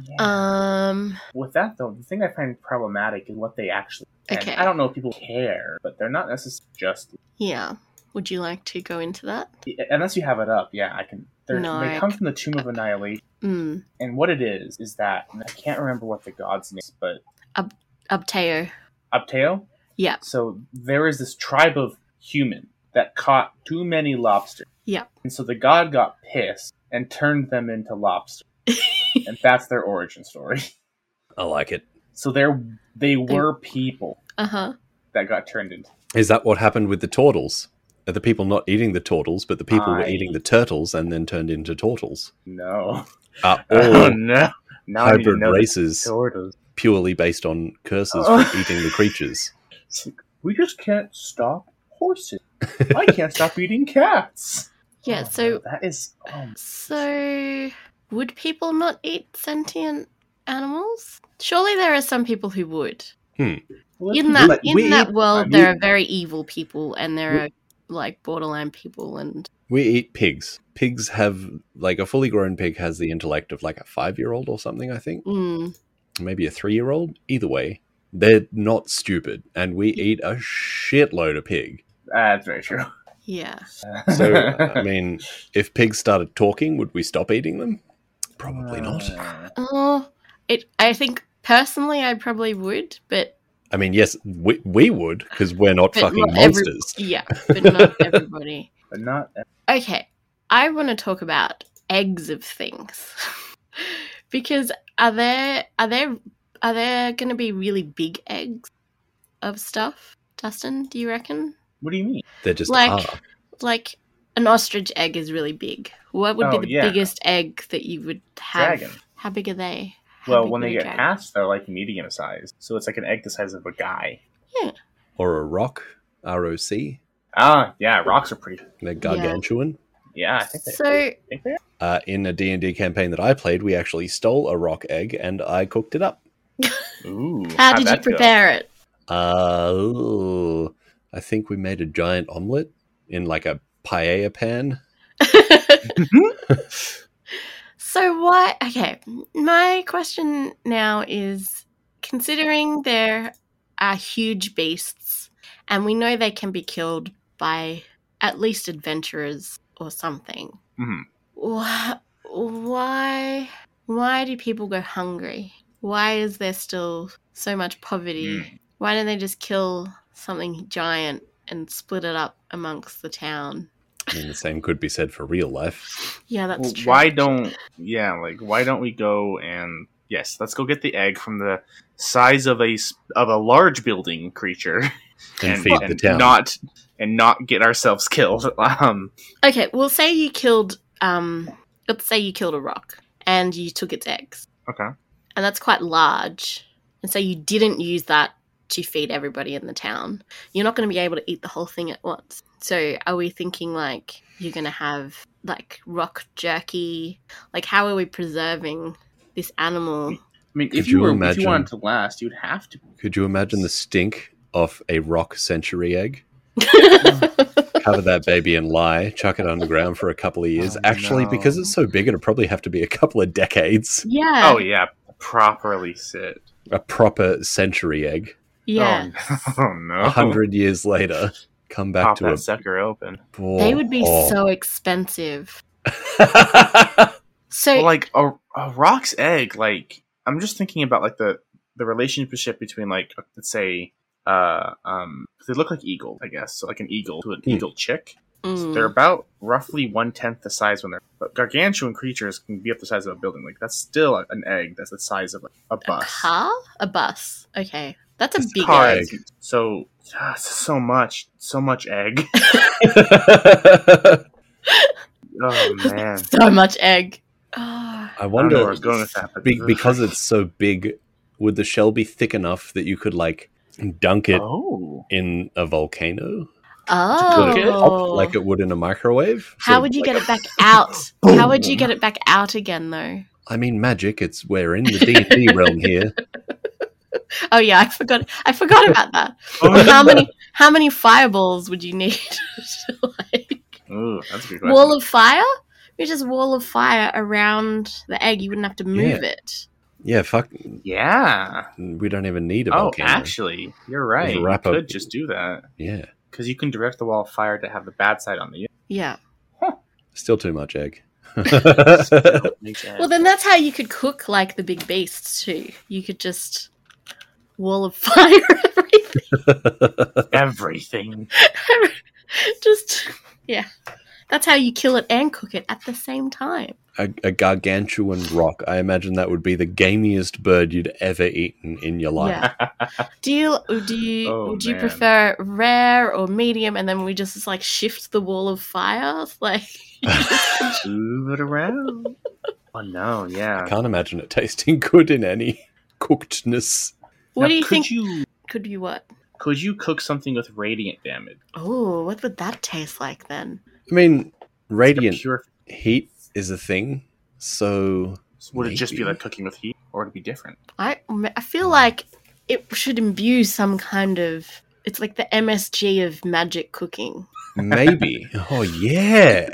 yeah.
Um,
With that though, the thing I find problematic is what they actually. And
Okay.
I don't know if people care, but they're not necessarily just
yeah. Would you like to go into that?
unless you have it up. Yeah, I can. They're,
No,
they
I
come from the tomb of annihilation,
Mm,
and what it is is that and I can't remember what the god's name, is, but
Abteo.
Upteo.
Yeah.
So there is this tribe of human that caught too many lobsters.
Yeah.
And so the god got pissed and turned them into
(laughs)
lobsters, and that's their origin story.
I like it.
So they're they were people
Uh huh.
that got turned into.
Is that what happened with the turtles? Are the people not eating the turtles, but the people were
I-
eating the turtles and then turned into turtles?
No.
Are
Oh,
all
no. (laughs) Now I need to
hybrid
know the
races
disorders.
purely based on curses
Oh.
from eating the creatures?
We just can't stop
(laughs)
horses. I can't stop eating cats.
Yeah.
Oh, no,
So,
that is um,
so would people not eat sentient animals? Surely there are some people who would.
well,
In that
But we-
in that world,
I
there
mean-
are very evil people, and there
We-
are like borderline people, and
We eat pigs. Pigs have, like, a fully grown pig has the intellect of, like, a five year old or something, I think.
mm,
Maybe a three year old. Either way, they're not stupid. And we eat a shitload of pig.
that's ah, very true.
yeah.
(laughs)
So, uh, I mean, if pigs started talking, would we stop eating them? Probably not.
Uh,
Oh, it. I think personally, I probably would, but
I mean, yes, we, we would because we're not
But
fucking
not every-
monsters.
yeah, but
(laughs)
not everybody.
but not uh,
Okay, I want to talk about eggs of things (laughs) because are there are there are there going to be really big eggs of stuff? Dustin, do you reckon?
what do you mean?
They're just
Like-
are.
Like an ostrich egg is really big. What would
Oh,
be the
yeah.
biggest egg that you would have?
Dragon.
How big are they? How
Well,
big
when
would
they
a
get
dragon-
hatched, they're like medium size. So it's like an egg the size of a guy.
or a rock, R O C.
Ah, yeah, rocks are pretty.
They're gargantuan.
Yeah, I think they,
So
I think they are.
Uh, in a D&D campaign that I played, we actually stole a rock egg and I cooked it up.
Ooh,
how
how'd
did you
that go?
prepare it?
Uh, ooh, I think we made a giant omelette in like a paella pan.
Mm-hmm. (laughs)
so what okay my question now is considering there are huge beasts and we know they can be killed by at least adventurers or something
Mhm.
wh- why why do people go hungry why is there still so much poverty
Mm.
why don't they just kill something giant and split it up amongst the town
I mean, the same could be said for real life.
yeah that's
Well,
true
why don't yeah like why don't we go and yes let's go get the egg from the size of a s- of a large building creature
And, feed the town.
not and not get ourselves (laughs) killed um
Okay, well, say you killed, um, let's say you killed a rock and you took its eggs,
okay
and that's quite large. And so you didn't use that to feed everybody in the town. You're not going to be able to eat the whole thing at once. So are we thinking like you're going to have like rock jerky? Like, how are we preserving this animal?
i mean
Could
if you,
you
were if
imagine-
you wanted to last you'd have
(laughs)
to
Could you imagine the stink of a rock century egg? Cover that baby in lye, chuck it underground for a couple of years.
Oh,
Actually,
no.
because it's so big, it'll probably have to be a couple of decades.
yeah.
oh yeah properly sit
A proper century egg.
yeah.
oh, (laughs) oh no
A hundred years later, come back
pop
to a
that sucker open
boar.
They would be
Oh. (laughs)
so expensive. So,
Well, like a, a rock's egg like i'm just thinking about like the the relationship between like let's say uh um they look like eagle i guess so like an eagle to an
Hmm.
eagle chick
mm.
they're about roughly one tenth the size when they're but gargantuan creatures can be up the size of a building like that's still an egg that's the size of like, a
A
bus
car? A bus. Okay. That's a
It's
big
car
egg.
egg. so ah, so much so much egg oh man
So much egg. Oh,
I
I don't know where I
wonder
was going with that, but
be- because it's so big, would the shell be thick enough that you could like dunk it (laughs)
oh
in a volcano? Would it pop
oh.
like it would in a microwave?
How
So,
would you
like,
get it back out?
Boom.
How would you get it back out again, though?
I mean, magic. It's we're in the D
(laughs)
and D realm here.
Oh yeah, I forgot.
(laughs)
I forgot about that. How many? How many fireballs would you need? (laughs) like,
Ooh, that's a good question.
wall of fire? You just wall of fire around the egg. You wouldn't have to move it.
Yeah, fuck.
yeah.
We don't even need a
Oh,
volcano.
actually, you're right. You
wrap up-
could just do that
Yeah,
because you can direct the wall of fire to have the bad side on the.
Yeah.
still too much
(laughs)
egg.
Well, then that's how you could cook like the big beasts too. You could just wall of (laughs) fire everything.
everything.
(laughs) just yeah. That's how you kill it and cook it at the same time.
a, a gargantuan rock. I imagine that would be the gamiest bird you'd ever eaten in your life.
Yeah.
(laughs)
Do you do you
Oh,
would you
man.
prefer rare or medium and then we just like shift the wall of fire? (laughs) Like
Move it
(laughs)
around. Oh no, yeah.
I can't imagine it tasting (laughs) good in any cookedness.
what
Now,
do you
could
think
You,
could be what?
could you cook something with radiant damage?
Oh, what would that taste like then?
I mean,
Like a
radiant
pure-
heat is a thing, so
would it just be
Maybe.
like cooking with heat, or would it be different?
I I
Hmm.
feel like it should imbue some kind of it's like the MSG of magic cooking.
(laughs)
maybe. oh yeah,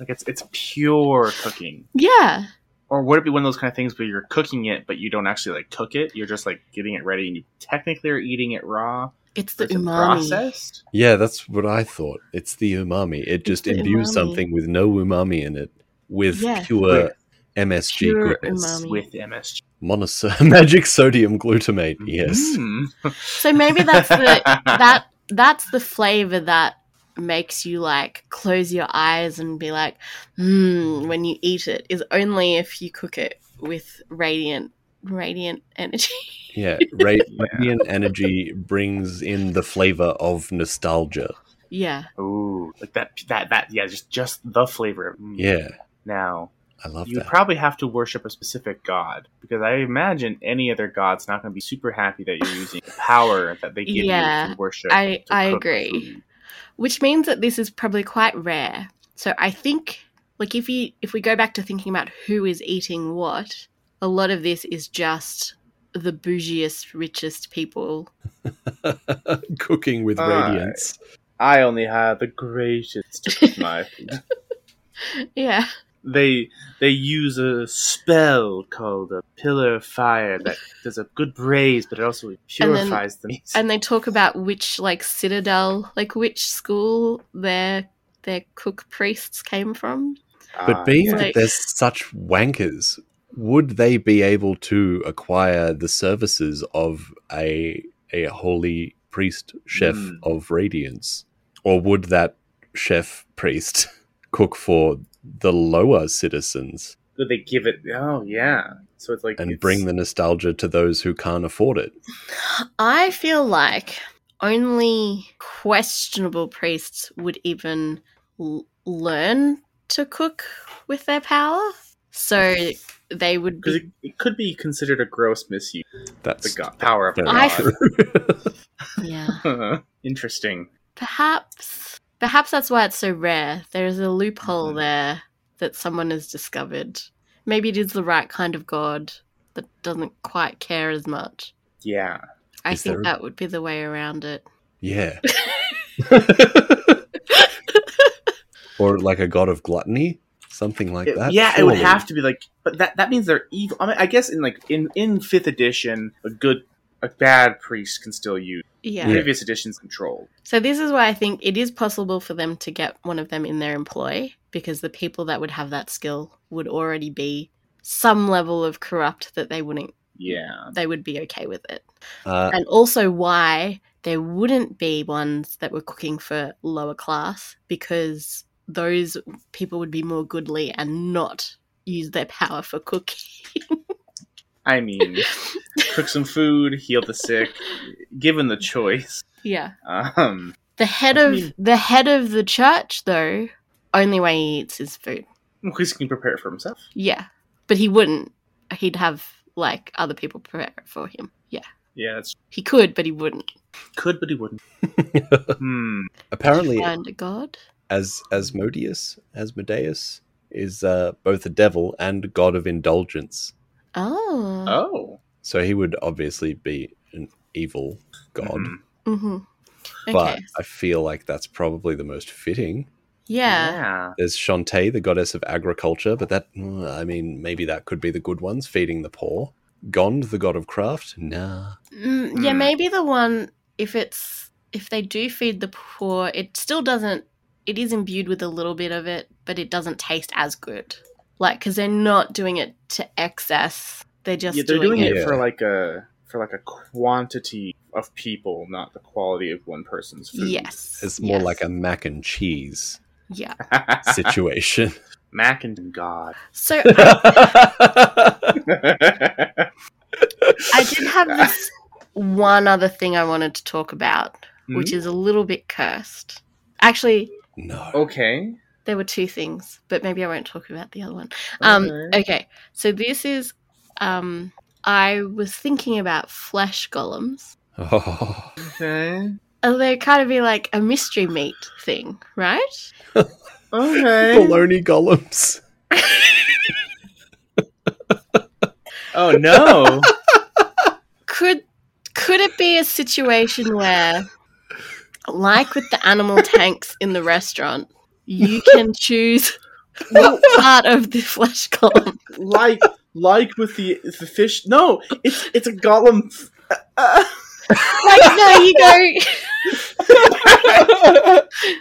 Like it's it's pure cooking.
Yeah.
Or would it be one of those kind of things where you're cooking it, but you don't actually like cook it? You're just like getting it ready, and you technically are eating it raw.
It's the
but it's
umami.
processed.
yeah. That's what I thought. It's the umami. It just
the
imbues
umami.
something with no umami in it, with
Yeah.
pure
With-
MSG
Pure
goodness.
umami.
with MSG.
Monos- (laughs) magic sodium glutamate. Yes.
Mm.
So maybe
(laughs)
that's the that that's the flavor that makes you like close your eyes and be like, hmm, when you eat it is only if you cook it with radiant radiant energy. (laughs)
Yeah, ra-
Yeah.
radiant energy brings in the flavor of nostalgia.
yeah.
Ooh, like that that that yeah, just just the flavor. Mm.
Yeah,
Now
I love
you
that.
probably have to worship a specific god because I imagine any other god's not going to be super happy that you're using the power that they give
Yeah,
you to worship.
I-
to
I
cook
agree.
food.
Which means that this is probably quite rare. So I think like if you if we go back to thinking about who is eating what, a lot of this is just the bougiest, richest people.
(laughs)
(laughs)
Cooking with
Aye.
radiance.
I only had the greatest of
(laughs)
my
Yeah.
they they use a spell called a pillar of fire that does a good braise, but it also purifies the meat.
And they talk about which like citadel, like which school their their cook priests came from.
Ah,
But being
yeah.
that they're such wankers, would they be able to acquire the services of a a holy priest chef
Mm.
of radiance, or would that chef priest (laughs) cook for the lower citizens
But they give it. Oh yeah, so it's like
and
it's-
bring the nostalgia to those who can't afford it?
I feel like only questionable priests would even l- learn to cook with their power. So they would
because it,
be.
it could be considered a gross misuse of the
That's
god, power of
very
I-
God.
Yeah.
(laughs) Interesting.
(laughs) Perhaps. Perhaps that's why it's so rare. There is a loophole
Mhm.
there that someone has discovered. Maybe it is the right kind of god that doesn't quite care as much.
Yeah,
I
Is
think
there a-
that would be the way around it.
(laughs) yeah. or like a god of gluttony, something like
It-
that.
yeah, it would
surely.
have to be like, but that that means they're evil. I mean, I guess in like in in fifth edition, a good a bad priest can still use
Yeah.
previous editions control.
So this is why I think it is possible for them to get one of them in their employ because the people that would have that skill would already be some level of corrupt that they wouldn't
Yeah,
they would be okay with it.
Uh,
(laughs)
And also why there wouldn't be ones that were cooking for lower class because those people would be more goodly and not use their power for cooking.
I
(laughs)
mean. cook some food, heal the sick, given the choice.
yeah.
Um,
The head
I
of
mean-
the head of the church though, only way he eats is food.
Chris can prepare it for himself.
Yeah, but he wouldn't. He'd have like other people prepare it for him. Yeah,
Yeah, that's
he could, but he wouldn't.
could, but he wouldn't.
Mm.
hmm.
apparently,
Find a god.
as Asmodeus, Asmodeus is uh, both a devil and god of indulgence.
Oh.
Oh,
So he would obviously be an evil god,
Mhm.
hmm Okay.
but I feel like that's probably the most fitting.
yeah.
There's Shantae, the goddess of agriculture, but that mm, I mean, maybe that could be the good ones, feeding the poor. Gond, the god of craft, nah.
Mm, yeah.
Hmm.
Maybe the one if it's if they do feed the poor, it still doesn't. It is imbued with a little bit of it, but it doesn't taste as good. Like because they're not doing it to excess. They're
Yeah,
just
they're doing, it
it.
for like a for like a quantity of people, not the quality of one person's food.
Yes.
It's more
yes,
like a mac and cheese (laughs)
yeah.
(laughs)
situation. (laughs)
Mac and God. (laughs)
So
That's
I did have this one other thing I wanted to talk about, which is a little bit cursed. Actually,
no.
okay.
there were two things, but maybe I won't talk about the other one. Um,
Okay.
okay, so this is. Um, I was thinking about flesh golems.
(laughs) Oh.
Okay.
Oh, they kind of be like a mystery meat thing, right?
(laughs) Okay.
Baloney golems.
Oh no.
Could could it be a situation where, like with the animal tanks in the restaurant, you can choose
Well,
part of the flesh golem?
(laughs) like like with the the fish. No, it's it's a golem. Uh,
like no (laughs) you go
uh.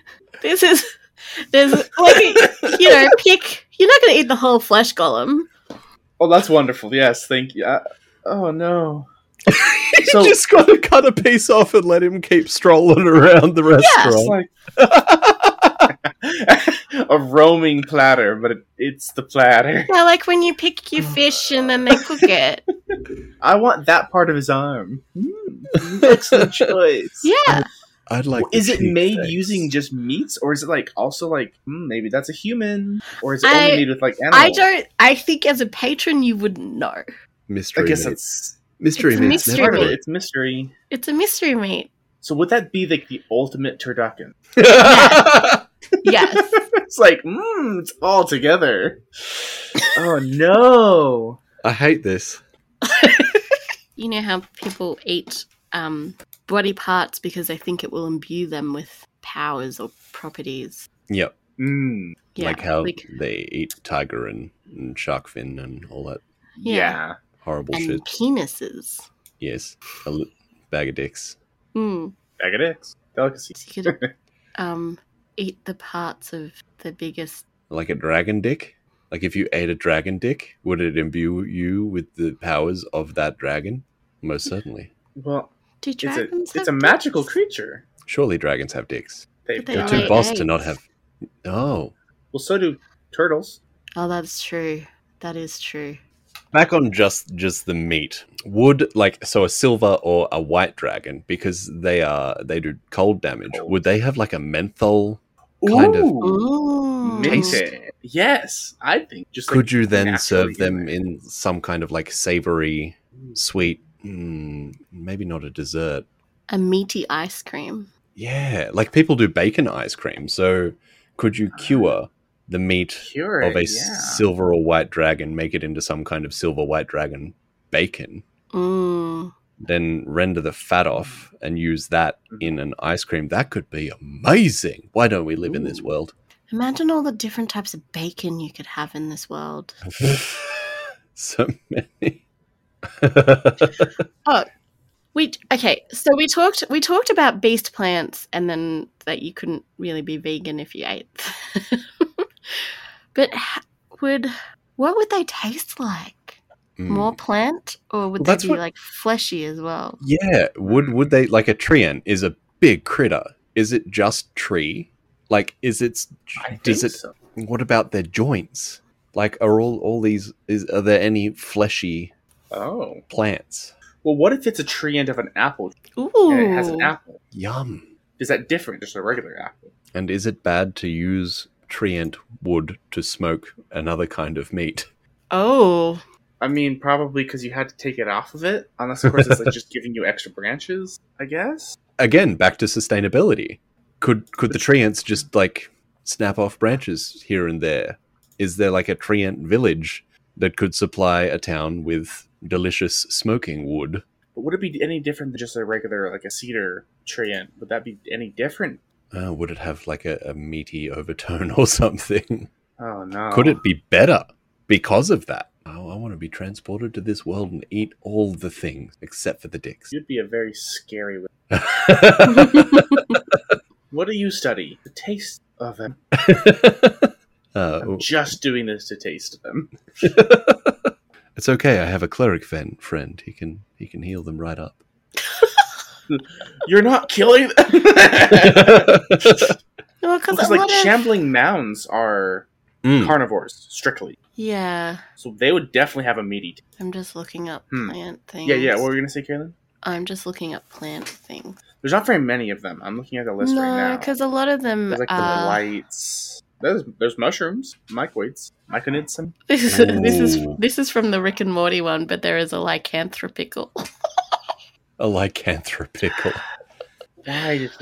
(laughs)
this is there's like you know pick you're not going to eat the whole flesh golem
oh, that's wonderful. Yes, thank you. Uh, oh no. so
(laughs) just gotta cut a piece off and let him keep strolling around the
it's
restaurant.
like (laughs) a roaming platter, but it, it's the platter.
yeah like when you pick your fish and then they (laughs) cook it
I want that part of his arm.
(laughs)
Hmm, excellent choice.
yeah
I'd like.
Is
the
it
cheese
made
steaks.
using just meats, or is it like also like hmm, maybe that's a human, or is it
I-
only made with like animals?
i don't i think as a patron you wouldn't know
I
mystery?
guess
meat.
that's
mystery.
it's
meat's
mystery
part
never
of it.
meat.
It's mystery.
it's a mystery meat
So would that be like the ultimate turducken?
good.
yes
(laughs) It's like, mmm, it's all together. Oh no.
I hate this.
(laughs) You know how people eat um, body parts because they think it will imbue them with powers or properties.
Yep.
Mm,
Yeah,
like how they eat tiger and, and shark fin and all that
Yeah.
yeah.
horrible
and
shit.
penises.
Yes. A l- bag of dicks.
Hmm.
Bag of dicks. Delicacy.
So you could um, eat the parts of the biggest.
Like a dragon dick? Like if you ate a dragon dick, would it imbue you with the powers of that dragon? Most certainly.
Well,
Do
it's a
dragons?
it's a
have
magical
dicks?
creature.
Surely dragons have dicks.
They've
They
They're
got
too
lay
boss to not
eggs.
have. Oh.
Well, so do turtles.
Oh, that's true. That is true.
back on just just the meat would like so a silver or a white dragon because they are they do cold damage
Cold.
would they have like a menthol Kind of.
Ooh,
Ooh.
Taste.
minty. Yes, I think. Just
could
like
you then
naturally
serve them
there.
in some kind of like savory sweet mm, maybe not a dessert
A meaty ice cream.
yeah like people do bacon ice cream so could you cure the meat
cure
of a
it, Uh, yeah.
silver or white dragon make it into some kind of silver white dragon bacon
Mm.
then render the fat off and use that
Mm-hmm.
in an ice cream. That could be amazing. Why don't we live in this
Ooh. (laughs)
world?
Imagine all the different types of bacon you could have in this world.
so
(laughs)
many. Mm.
We okay, so we talked we talked about beast plants and then that you couldn't really be vegan if you ate. them. (laughs) but h- would what would they taste like?
Mm.
Hmm.
More plant or would
Well,
they
that's
be
what-
like fleshy as well?
Yeah. Would would they like a treant is a big critter? Is it just tree? Like is it
I think
does it
so.
what about their joints? Like are all all these is are there any fleshy
Oh.
plants?
Well, what if it's a tree end of an apple
Ooh.
and it has an apple?
Yum.
Is that different? Just a regular apple?
And is it bad to use treant wood to smoke another kind of meat?
Oh.
I mean, probably because you had to take it off of it. Unless, of course, it's like just giving you extra branches. I guess.
Again, back to sustainability. Could could the treants just like snap off branches here and there? Is there like a treant village that could supply a town with delicious smoking wood?
But would it be any different than just a regular, like a cedar tree end? Would that be any different?
Uh, would it have like a, a meaty overtone (laughs) or something?
Oh no!
Could it be better because of that? Oh, I want to be transported to this world and eat all the things except for the dicks. (laughs)
You'd be a very scary. wi-
Oh.
(laughs)
(laughs)
What do you study? The taste of them.
(laughs) Uh,
Just doing this to taste them.
it's okay. I have a cleric fen- friend. He can he can heal them right (laughs) up.
You're not killing (laughs) them.
Well, 'cause
because
a
like
lot of-
shambling mounds are
Mm.
carnivores strictly,
Yeah.
so they would definitely have a meat eating.
I'm just looking up
Hmm.
plant things.
Yeah, yeah. What were you gonna say, Carolyn?
I'm just looking up plant things.
There's not very many of them. I'm looking at the list right
No,
now.
because a lot of them
There's like the
are.
lights. There's there's mushrooms, mycoids, myconidsum.
(laughs) This is, this is
Ooh.
this is from the Rick and Morty one, but there is a lycanthropical. (laughs)
A lycanthropical.
I just-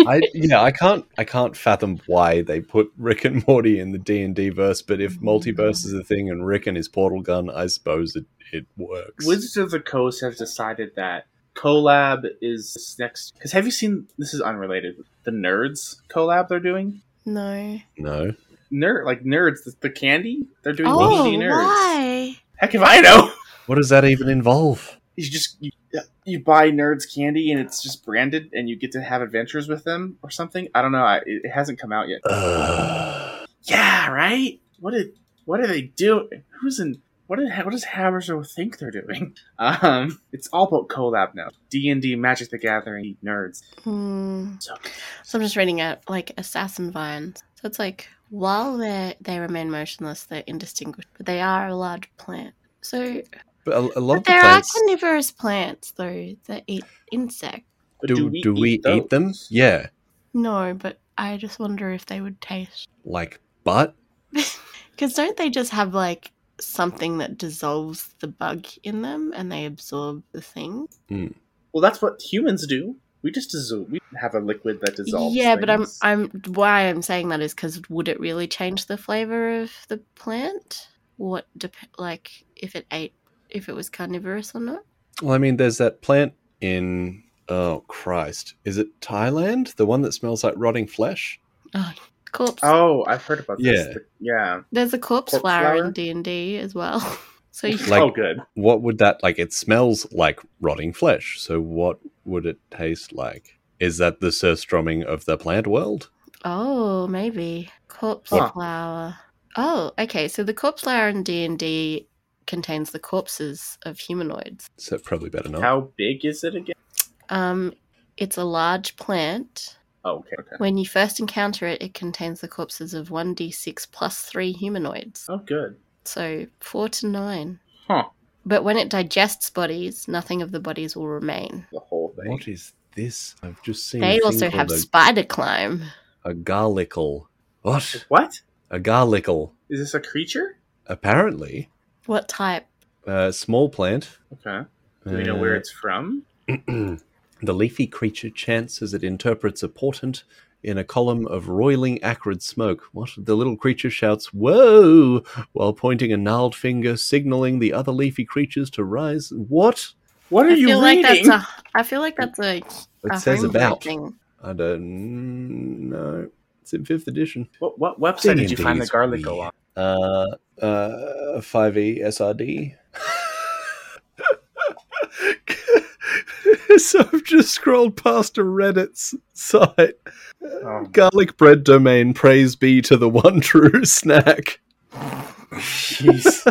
I yeah, I can't I can't fathom why they put Rick and Morty in the D and D verse, but if multiverse is a thing and Rick and his portal gun, I suppose it, it works.
Wizards of the Coast have decided that collab is next. Because have you seen? This is unrelated. The Nerds collab they're doing.
no.
no.
Nerd like Nerds, the, the candy they're doing.
Oh,
candy Nerds.
why?
Heck if I know.
What does that even involve?
you just you, you buy nerds candy and it's just branded and you get to have adventures with them or something i don't know I, it it hasn't come out yet
Ugh.
yeah right what did what are they doing who's in what did what does hammersmith think they're doing (laughs) um it's all about collab now d&d magic the gathering nerds
Hmm.
so
So I'm just reading out like assassin vines. So it's like while they they remain motionless, they're indistinguishable, but they are a large plant. So
But a, a lot
but
of the
there are
plants.
carnivorous plants though that eat insects.
but
do, do we, eat, them?
those?
Yeah,
No, but I just wonder if they would taste. (laughs)
like butt.
Because don't they just have like something that dissolves the bug in them and they absorb the thing?
well that's what humans do We just dissolve. We have a liquid that dissolves.
yeah, but I'm
things.
I'm why I'm saying that is because would it really change the flavor of the plant? What dep- like if it ate if it was carnivorous or not?
Well, I mean, there's that plant in oh Christ, is it Thailand? The one that smells like rotting flesh?
Corpse.
Oh, I've heard about this.
Yeah.
The- Yeah.
There's a corpse,
corpse
flower,
flower?
in D and D as well. (laughs) So you,
Like-
oh, good.
What would that like? It smells like rotting flesh. So what would it taste like? Is that the surstroming of the plant world?
oh maybe corpse
Huh.
flower. Oh, okay. So the corpse flower in D and D contains the corpses of humanoids.
So probably better not.
How big is it again?
Um, it's a large plant.
Oh, okay. okay.
When you first encounter it, it contains the corpses of 1d6 plus 3 humanoids.
Oh, good.
So 4 to 9.
Huh.
But when it digests bodies, nothing of the bodies will remain.
The whole thing.
what is this? I've just seen. a
They
thing
also
called
have
a,
spider climb.
a garlicle. What?
What?
A garlicle?
Is this a creature?
Apparently,
What type?
a small plant.
Okay. Do we know
Uh,
where it's from?
the leafy creature chants as it interprets a portent in a column of roiling acrid smoke. What the little creature shouts, "Whoa!" while pointing a gnarled finger, signaling the other leafy creatures to rise. What
What are
I
you
feel
reading?
like that's a. I feel like that's a.
it
a
says
homebrew
about?
Thing.
I don't know. It's in fifth edition.
What, what website did you
D&D
find the
is
garlic
weird.
go on?
Uh, uh, five E SRD. (laughs) so I've just scrolled past a Reddit site. (laughs)
Oh,
Garlic bread domain, praise be to the one (laughs) true snack.
jeez.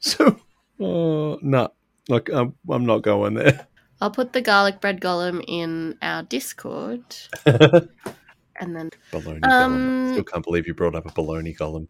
So, oh, nah, look, I'm, I'm not going (laughs) there.
I'll put the garlic bread golem in our Discord, and then (laughs)
Bologna
Um,
golem. Still can't believe you brought up a bologna golem.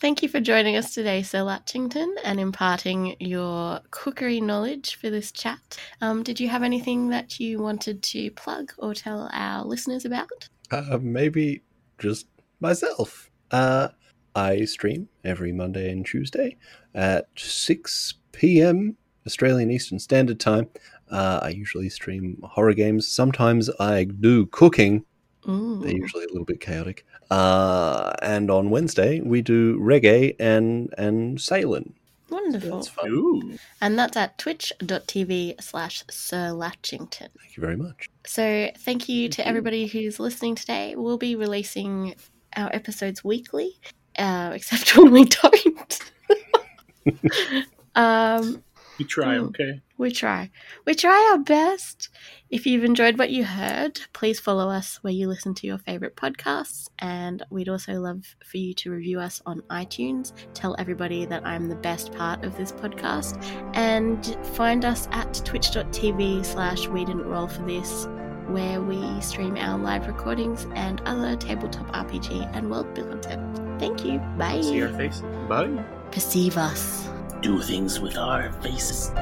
Thank you for joining us today, Sir Latchington, and imparting your cookery knowledge for this chat. Um, did you have anything that you wanted to plug or tell our listeners about?
Uh, maybe just myself. Uh, I stream every Monday and Tuesday at 6 p.m. Australian Eastern Standard Time. Uh, I usually stream horror games. Sometimes I do cooking. They're
Mm.
usually a little bit chaotic. Uh, and on Wednesday we do reggae and and Salen. So
Wonderful.
that's fun.
Ooh.
And that's at twitch.tv slash Sir Latchington.
Thank you very much.
So thank you to
Thank you.
everybody who's listening today. We'll be releasing our episodes weekly, uh, (laughs) except when we don't. (laughs) um,
You try,
Hmm.
okay?
We try. We try our best. If you've enjoyed what you heard, please follow us where you listen to your favorite podcasts. And we'd also love for you to review us on iTunes. Tell everybody that I'm the best part of this podcast. And find us at twitch.tv slash we didn't roll for this, where we stream our live recordings and other tabletop RPG and world build content. Thank you. Bye.
See our faces. Bye.
Perceive us.
Do things with our faces.